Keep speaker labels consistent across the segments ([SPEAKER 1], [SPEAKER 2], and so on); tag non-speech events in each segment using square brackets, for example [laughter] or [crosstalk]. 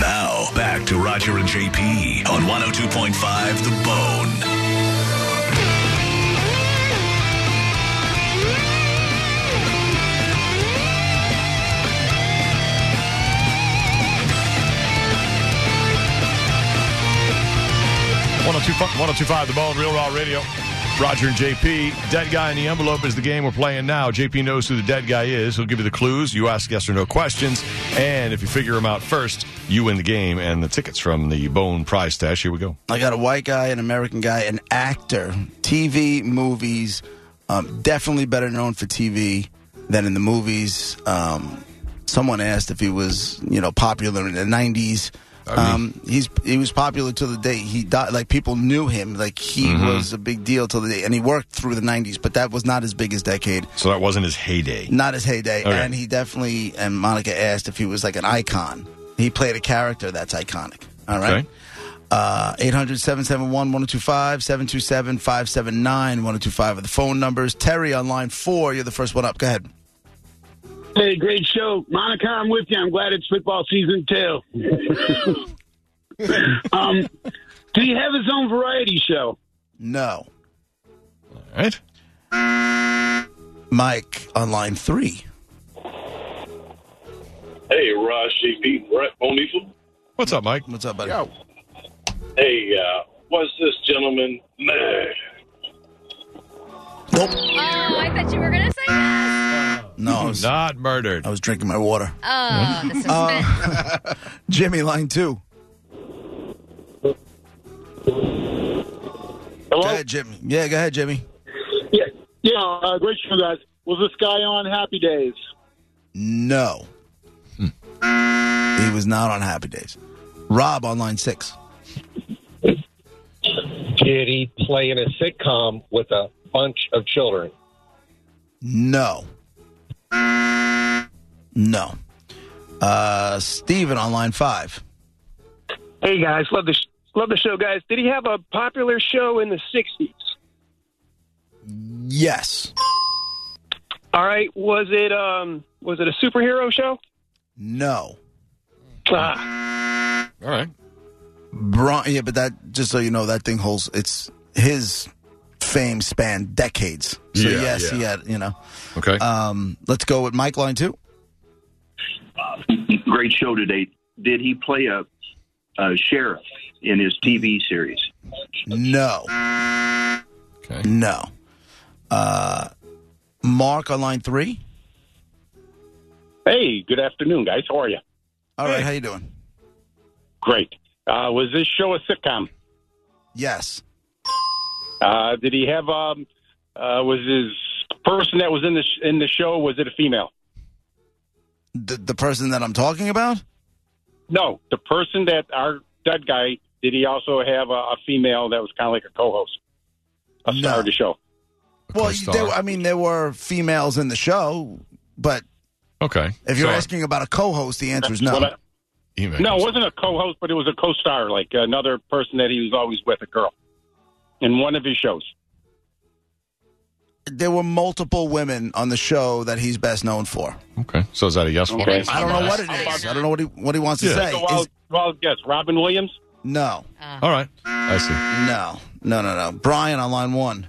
[SPEAKER 1] Now, back to Roger and JP on 102.5 The Bone.
[SPEAKER 2] One hundred two five, 1025 The Bone, Real Raw Radio. Roger and JP. Dead Guy in the Envelope is the game we're playing now. JP knows who the dead guy is. He'll give you the clues. You ask yes or no questions. And if you figure them out first, you win the game and the tickets from the Bone prize stash. Here we go.
[SPEAKER 3] I got a white guy, an American guy, an actor. TV, movies. Um, definitely better known for TV than in the movies. Um, someone asked if he was, you know, popular in the '90s. Um, he's he was popular till the day he died. Like people knew him. Like he
[SPEAKER 2] Mm-hmm.
[SPEAKER 3] was a big deal till the day, and he worked through the '90s. But that was not his biggest decade,
[SPEAKER 2] So that wasn't his heyday.
[SPEAKER 3] not his heyday.
[SPEAKER 2] Okay.
[SPEAKER 3] And he definitely. And Monica asked if he was like an icon. He played a character that's iconic. All right.
[SPEAKER 2] Okay?
[SPEAKER 3] Uh, 800 771 1025 727 579 1025 are the phone numbers. Terry on line four, you're the first one up. Go ahead.
[SPEAKER 4] Hey, great show. Monica, I'm with you. I'm glad it's football season, too. um, do you have his own variety show?
[SPEAKER 3] No.
[SPEAKER 2] All right.
[SPEAKER 3] Mike on line three.
[SPEAKER 5] Hey, Raj, JP, Brett Bonifel.
[SPEAKER 2] What's up, Mike?
[SPEAKER 3] What's up, buddy?
[SPEAKER 5] Hey, uh, was this gentleman mad?
[SPEAKER 3] Nope.
[SPEAKER 6] Oh, I thought you were going to say yes.
[SPEAKER 3] No, I was,
[SPEAKER 2] Not murdered.
[SPEAKER 3] I was drinking my water.
[SPEAKER 6] Oh, the suspense.
[SPEAKER 3] Jimmy, line two.
[SPEAKER 4] Hello?
[SPEAKER 3] Go ahead, Jimmy. Yeah, go ahead, Jimmy.
[SPEAKER 4] Yeah, yeah uh, great show, guys. Was this guy on Happy Days?
[SPEAKER 3] No. He was not on Happy Days. Rob on line six.
[SPEAKER 7] Did he play in a sitcom with a bunch of children?
[SPEAKER 3] No. No. Uh, Steven on line five.
[SPEAKER 4] Hey, guys. Love the, sh- love the show, guys. Did he have a popular show in the 60s?
[SPEAKER 3] Yes.
[SPEAKER 4] All right. Was it um, was it a superhero show?
[SPEAKER 3] No.
[SPEAKER 4] Ah,
[SPEAKER 2] All right.
[SPEAKER 3] Bron- yeah, but that just so you know, that thing holds. It's his fame spanned decades. So
[SPEAKER 2] Yeah,
[SPEAKER 3] yes,
[SPEAKER 2] yeah.
[SPEAKER 3] he had. You know.
[SPEAKER 2] Okay.
[SPEAKER 3] Um, let's go with Mike line two.
[SPEAKER 8] great show today. Did he play a, a sheriff in his TV series?
[SPEAKER 3] No.
[SPEAKER 2] okay.
[SPEAKER 3] No. Uh, Mark on line three.
[SPEAKER 4] hey, good afternoon, guys. How are you?
[SPEAKER 3] All right, how you doing?
[SPEAKER 4] Great. Uh, was this show a sitcom?
[SPEAKER 3] Yes.
[SPEAKER 4] Uh, did he have um, uh, was his person that was in the sh- in the show was it a female?
[SPEAKER 3] The the person that I'm talking about.
[SPEAKER 4] No, the person that our dead guy did he also have a, a female that was kind of like a co-host, a
[SPEAKER 3] No.
[SPEAKER 4] star of the show?
[SPEAKER 3] Well,
[SPEAKER 2] co-star.
[SPEAKER 3] there, I mean, there were females in the show, but
[SPEAKER 2] Okay.
[SPEAKER 3] if you're
[SPEAKER 2] So,
[SPEAKER 3] asking about a co-host, the answer is no.
[SPEAKER 4] What I-
[SPEAKER 2] email
[SPEAKER 4] no,
[SPEAKER 2] comes-
[SPEAKER 4] it wasn't a co-host, but it was a co-star, like another person that he was always with, a girl, in one of his shows.
[SPEAKER 3] there were multiple women on the show that he's best known for.
[SPEAKER 2] Okay. So is that a yes?
[SPEAKER 4] Okay.
[SPEAKER 3] I don't know what it is. I don't know what he what he wants to
[SPEAKER 2] Yeah.
[SPEAKER 3] say.
[SPEAKER 4] So
[SPEAKER 3] Is-
[SPEAKER 4] I'll, well, yes, Robin Williams.
[SPEAKER 3] no,
[SPEAKER 2] All right. I see.
[SPEAKER 3] no, no, no, no. Brian on line one.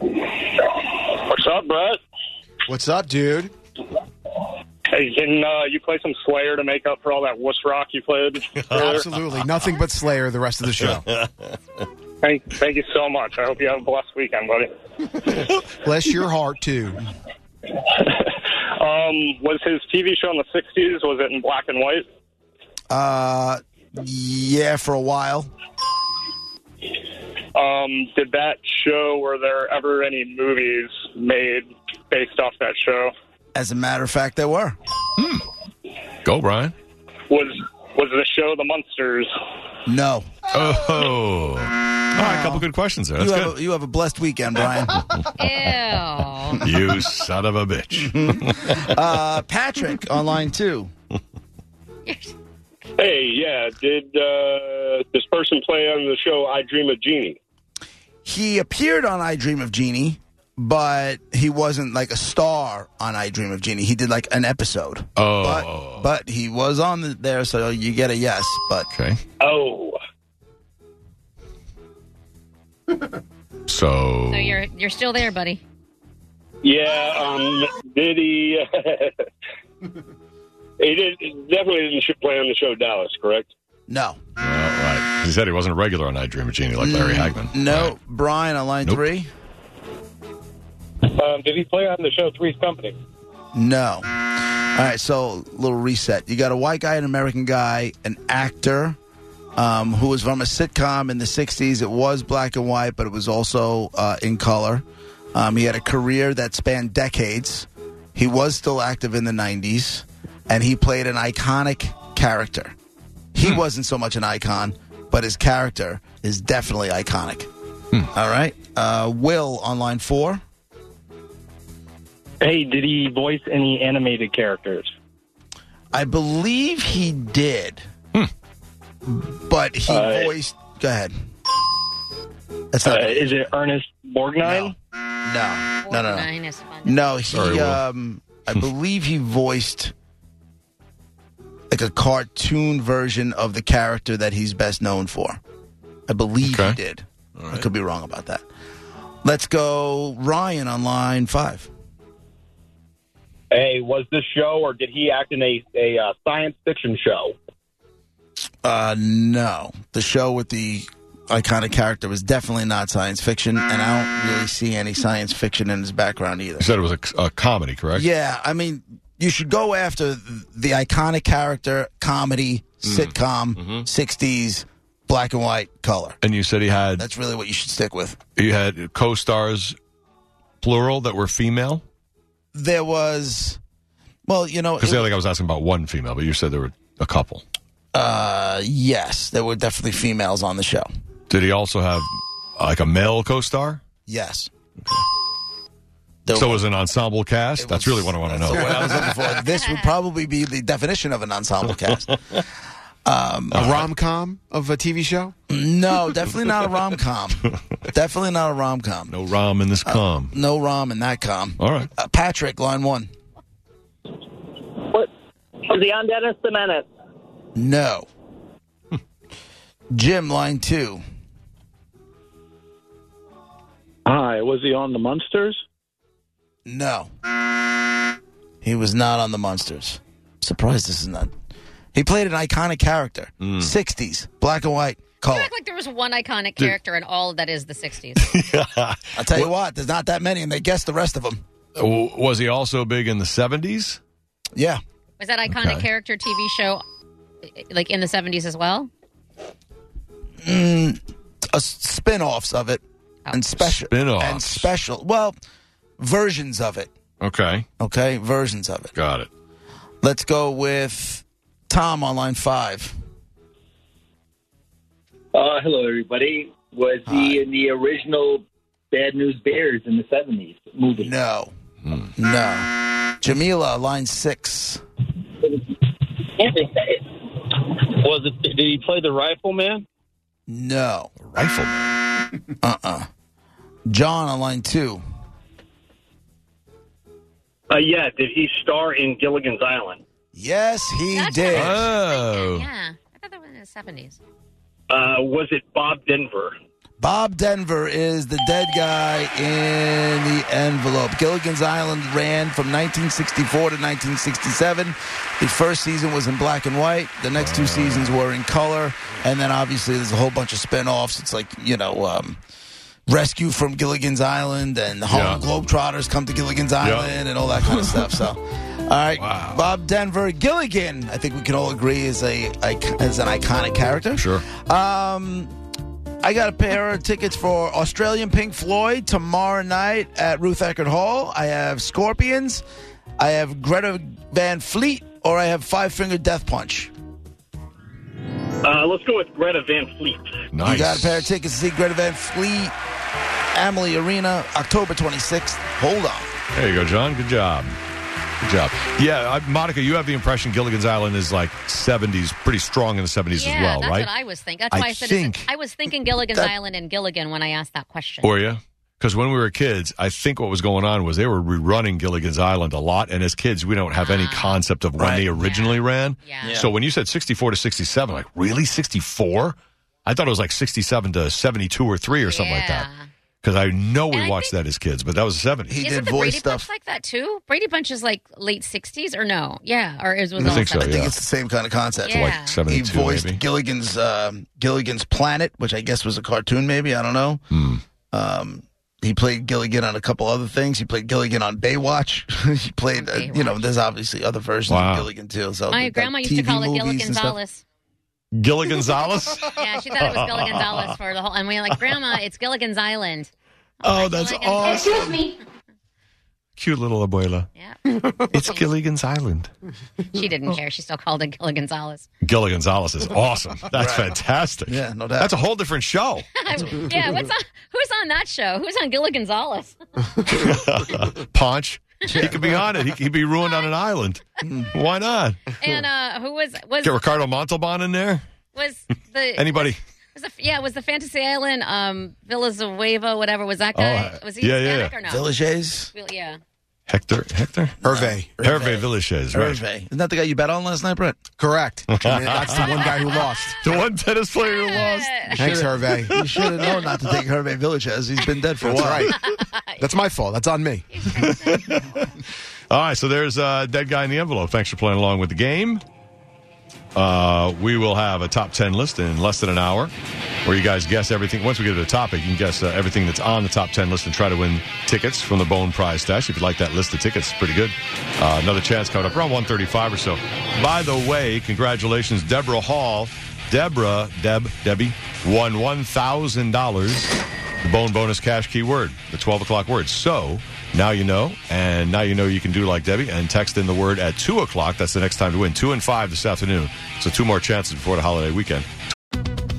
[SPEAKER 5] What's up, Brett?
[SPEAKER 9] What's up, dude?
[SPEAKER 5] Hey, can uh, you play some Slayer to make up for all that wuss rock you played? earlier?
[SPEAKER 9] Absolutely. Nothing but Slayer the rest of the
[SPEAKER 4] [laughs]
[SPEAKER 9] show.
[SPEAKER 5] thank, thank you so much. I hope you have a blessed weekend, buddy.
[SPEAKER 9] Bless your heart, too.
[SPEAKER 5] Um, was his TV show in the 60s, was it in black and white?
[SPEAKER 3] Uh, yeah, for a while.
[SPEAKER 5] Um, did that show, were there ever any movies made based off that show?
[SPEAKER 3] As a matter of fact, there were.
[SPEAKER 2] Go, Brian.
[SPEAKER 5] Was was the show The Munsters?
[SPEAKER 3] No.
[SPEAKER 2] Oh. All right, a couple good questions there. That's
[SPEAKER 3] You have,
[SPEAKER 2] good.
[SPEAKER 3] a, you have a blessed
[SPEAKER 2] [laughs]
[SPEAKER 3] weekend, Brian.
[SPEAKER 6] Ew.
[SPEAKER 2] You son of a bitch.
[SPEAKER 3] uh, Patrick on line two.
[SPEAKER 5] Hey, yeah. Did uh, this person play on the show I Dream of Genie?
[SPEAKER 3] He appeared on I Dream of Jeannie, but he wasn't like a star on I Dream of Jeannie. He did like an episode.
[SPEAKER 2] Oh.
[SPEAKER 3] But, but he was on the, there, so you get a yes. But
[SPEAKER 2] Okay.
[SPEAKER 5] Oh,
[SPEAKER 2] So. uh,
[SPEAKER 6] So you're you're still there, buddy.
[SPEAKER 5] yeah. Um, did he? [laughs] he did definitely didn't should play on the show Dallas, correct?
[SPEAKER 3] no.
[SPEAKER 2] All right. He said he wasn't a regular on I Dream of Genie like Larry Hagman.
[SPEAKER 3] Mm, No.
[SPEAKER 2] Right.
[SPEAKER 3] Brian on line
[SPEAKER 2] Nope.
[SPEAKER 3] three?
[SPEAKER 5] Um, did he play on the show Three's Company?
[SPEAKER 3] No. All right, so little reset. You got a white guy, an American guy, an actor um, who was from a sitcom in the 60s. It was black and white, but it was also uh, in color. Um, he had a career that spanned decades. He was still active in the 90s, and he played an iconic character. He wasn't so much an icon, but his character is definitely iconic. All right. Uh, Will on line four.
[SPEAKER 4] Hey, did he voice any animated characters?
[SPEAKER 3] I believe he did. But he
[SPEAKER 4] Uh,
[SPEAKER 3] voiced. Go ahead. That's
[SPEAKER 4] Uh,
[SPEAKER 3] not.
[SPEAKER 4] is it Ernest
[SPEAKER 3] no.
[SPEAKER 4] Borgnine?
[SPEAKER 3] No. No. No. No.
[SPEAKER 6] Nine is fun.
[SPEAKER 3] No. He.
[SPEAKER 2] Sorry, Will.
[SPEAKER 3] um, I believe he voiced like a cartoon version of the character that he's best known for. I believe
[SPEAKER 2] Okay.
[SPEAKER 3] he did. I could be wrong about that. Let's go, Ryan on line five.
[SPEAKER 7] Hey, was this show or did he act in a, a uh, science fiction show?
[SPEAKER 3] Uh, no. The show with the iconic character was definitely not science fiction, and I don't really see any science fiction in his background either.
[SPEAKER 2] He said it was a, a comedy, correct?
[SPEAKER 3] Yeah, I mean, you should go after the iconic character, comedy, sitcom, 60s, black and white, color.
[SPEAKER 2] And you said he had
[SPEAKER 3] That's really what you should stick with.
[SPEAKER 2] he had co-stars, plural, that were female.
[SPEAKER 3] There was, well, you know, uh,
[SPEAKER 2] Because
[SPEAKER 3] it-
[SPEAKER 2] I think I was asking about one female, but you said there were a couple.
[SPEAKER 3] uh, yes, there were definitely females on the show.
[SPEAKER 2] Did he also have like a male co-star?
[SPEAKER 3] Yes. There
[SPEAKER 2] So it was an ensemble cast.
[SPEAKER 3] It
[SPEAKER 2] That's
[SPEAKER 3] was-
[SPEAKER 2] really what I want to
[SPEAKER 3] [laughs] that's the word
[SPEAKER 2] know.
[SPEAKER 3] I was looking for. This would probably be the definition of an ensemble cast.
[SPEAKER 9] A rom com of a TV show?
[SPEAKER 3] No, definitely not a rom com. definitely not a rom com.
[SPEAKER 2] No rom in this
[SPEAKER 3] uh,
[SPEAKER 2] com.
[SPEAKER 3] No rom in that com.
[SPEAKER 2] All right.
[SPEAKER 3] Uh, Patrick, line one.
[SPEAKER 5] What? Was he on Dennis the Menace?
[SPEAKER 3] No.
[SPEAKER 2] Hmm.
[SPEAKER 3] Jim, line two.
[SPEAKER 4] Hi, was he on the Munsters?
[SPEAKER 3] No. He was not on the Monsters. Surprised this is not. He played an iconic character.
[SPEAKER 2] Hmm.
[SPEAKER 3] 60s, black and white,
[SPEAKER 6] You
[SPEAKER 3] color.
[SPEAKER 6] act like there was one iconic character, and all of that is the '60s.
[SPEAKER 3] [laughs] I'll tell you what, there's not that many, and they guessed the rest of them.
[SPEAKER 2] W- Was he also big in the seventies?
[SPEAKER 3] Yeah.
[SPEAKER 6] Was that iconic
[SPEAKER 2] Okay.
[SPEAKER 6] character TV show like in the '70s as well?
[SPEAKER 3] uh, spin-offs of it and special
[SPEAKER 2] Spin-offs.
[SPEAKER 3] and special well versions of it
[SPEAKER 2] Okay,
[SPEAKER 3] okay versions of it
[SPEAKER 2] got it.
[SPEAKER 3] let's go with tom on line five
[SPEAKER 8] Uh, hello, everybody. Was he in the original Bad News Bears in the 70s movie?
[SPEAKER 3] no no jamila line six
[SPEAKER 5] Was it? Did he play the Rifleman?
[SPEAKER 3] no
[SPEAKER 2] Rifleman.
[SPEAKER 3] uh-uh john on line two
[SPEAKER 5] Uh, yeah. Did he star in Gilligan's Island?
[SPEAKER 3] yes he
[SPEAKER 6] That's
[SPEAKER 3] did
[SPEAKER 6] right.
[SPEAKER 2] Oh,
[SPEAKER 6] Yeah, I thought that was in the '70s.
[SPEAKER 5] Uh, was it Bob Denver?
[SPEAKER 3] bob denver is the dead guy in the envelope gilligan's island ran from 1964 to 1967 the first season was in black and white the next two seasons were in color and then obviously there's a whole bunch of spin-offs it's like you know um, rescue from gilligan's island and the harlem
[SPEAKER 2] Yeah.
[SPEAKER 3] globetrotters come to gilligan's island and all that kind of stuff so
[SPEAKER 2] [laughs]
[SPEAKER 3] all right
[SPEAKER 2] Wow.
[SPEAKER 3] bob denver gilligan i think we can all agree is a ic- is an iconic character
[SPEAKER 2] sure.
[SPEAKER 3] um, I got a pair of tickets for Australian Pink Floyd tomorrow night at Ruth Eckerd Hall. I have Scorpions. I have Greta Van Fleet, or I have Five Finger Death Punch.
[SPEAKER 5] Uh, let's go with Greta Van Fleet.
[SPEAKER 2] Nice.
[SPEAKER 3] You got a pair of tickets to see Greta Van Fleet, Amalie Arena, October 26th. Hold on.
[SPEAKER 2] There you go, John. Good job. Good job. Yeah, I, Monica, you have the impression Gilligan's Island is like 70s, pretty strong in the 70s
[SPEAKER 6] yeah,
[SPEAKER 2] as well,
[SPEAKER 6] that's
[SPEAKER 2] right?
[SPEAKER 6] what I was thinking. That's
[SPEAKER 2] I
[SPEAKER 6] why I, said it's-
[SPEAKER 2] think-
[SPEAKER 6] I was thinking Gilligan's
[SPEAKER 3] That-
[SPEAKER 6] Island and Gilligan when I asked that question.
[SPEAKER 2] Were you? Because when we were kids, I think what was going on was they were rerunning Gilligan's Island a lot, and as kids, we don't have any concept of when
[SPEAKER 3] Right.
[SPEAKER 2] they originally ran.
[SPEAKER 6] Ah, Yeah.
[SPEAKER 2] So when you said 64 to 67, like really 64? I thought it was like 67 to 72 or three or something like that.
[SPEAKER 6] Yeah.
[SPEAKER 2] Because I know we
[SPEAKER 6] And I
[SPEAKER 2] watched
[SPEAKER 6] think-
[SPEAKER 2] that as kids, but that was the 70s.
[SPEAKER 3] He
[SPEAKER 6] Isn't
[SPEAKER 3] did
[SPEAKER 6] the
[SPEAKER 3] voice
[SPEAKER 6] Brady
[SPEAKER 3] stuff.
[SPEAKER 6] Bunch like that too? Brady Bunch is like late sixties or no? Yeah, or it was.
[SPEAKER 2] I think so,
[SPEAKER 3] I
[SPEAKER 6] all
[SPEAKER 3] think
[SPEAKER 2] yeah.
[SPEAKER 3] it's the same kind of concept.
[SPEAKER 6] Yeah.
[SPEAKER 2] Like 72,
[SPEAKER 3] He voiced
[SPEAKER 2] maybe.
[SPEAKER 3] Gilligan's um, Gilligan's Planet, which I guess was a cartoon, maybe I don't know.
[SPEAKER 2] Hmm.
[SPEAKER 3] Um, he played Gilligan on a couple other things. He played Gilligan on Baywatch. [laughs] he played,
[SPEAKER 6] On
[SPEAKER 3] uh, you know, there's obviously other versions
[SPEAKER 2] Wow.
[SPEAKER 3] of Gilligan too. So
[SPEAKER 6] My
[SPEAKER 3] like
[SPEAKER 6] grandma used to
[SPEAKER 3] TV
[SPEAKER 6] call it
[SPEAKER 3] movies
[SPEAKER 6] Gilligan
[SPEAKER 3] and stuff.
[SPEAKER 6] Gonzalez.
[SPEAKER 2] Gilligan's Island? [laughs]
[SPEAKER 6] Yeah, she thought it was Gilligan Gonzalez for the whole. And we were like, Grandma, it's Gilligan's Island.
[SPEAKER 2] Oh, that's
[SPEAKER 6] Gilligan's
[SPEAKER 2] awesome.
[SPEAKER 6] Island.
[SPEAKER 2] Cute little abuela.
[SPEAKER 6] Yeah,
[SPEAKER 2] It's Gilligan's Island.
[SPEAKER 6] she didn't care. She still called it Gilligan Gonzalez.
[SPEAKER 2] Gilligan's Island is awesome. That's fantastic.
[SPEAKER 3] Yeah, no doubt.
[SPEAKER 2] That's a whole different show.
[SPEAKER 6] [laughs] yeah, what's on? Who's on that show? Who's on Gilligan
[SPEAKER 2] [laughs]
[SPEAKER 6] Gonzalez?
[SPEAKER 2] Punch. He could be on it. He could be ruined on an island. Why not?
[SPEAKER 6] And uh, who was was
[SPEAKER 2] Get Ricardo Montalban in there.
[SPEAKER 6] was
[SPEAKER 2] [laughs]
[SPEAKER 6] the
[SPEAKER 2] Anybody?
[SPEAKER 6] was the, yeah was the Fantasy Island um Villas of Weva whatever was that
[SPEAKER 2] Oh,
[SPEAKER 6] guy
[SPEAKER 2] uh,
[SPEAKER 6] was he
[SPEAKER 2] yeah, yeah,
[SPEAKER 6] Hispanic
[SPEAKER 2] yeah.
[SPEAKER 6] or no?
[SPEAKER 3] Villages.
[SPEAKER 6] Well, yeah.
[SPEAKER 2] Hector? Hector?
[SPEAKER 9] Hervé.
[SPEAKER 2] Hervé Villachez, right?
[SPEAKER 3] Hervé. Isn't that the guy you bet on last night, Brett?
[SPEAKER 2] [laughs]
[SPEAKER 9] Correct. I mean, that's the one guy who lost.
[SPEAKER 2] The one tennis player who lost.
[SPEAKER 9] Thanks, Hervé.
[SPEAKER 3] You should have known not to take Hervé Villages. He's been dead for a
[SPEAKER 9] That's
[SPEAKER 3] while.
[SPEAKER 9] right.
[SPEAKER 6] [laughs]
[SPEAKER 9] That's my fault. That's on me.
[SPEAKER 2] All right, so there's uh, Dead Guy in the Envelope. Thanks for playing along with the game. Uh, we will have a top 10 list in less than an hour where you guys guess everything. Once we get to the topic, you can guess uh, everything that's on the top 10 list and try to win tickets from the Bone Prize stash. If you'd like that list of tickets, pretty good. Uh, another chance coming up around 135 or so. By the way, congratulations, Deborah Hall. Deborah, Deb, Debbie, won $1,000. The Bone Bonus Cash keyword, the 12 o'clock word. So now you know, and now you know you can do like Debbie and text in the word at 2 o'clock. That's the next time to win. 2 and 5 this afternoon. So two more chances before the holiday weekend.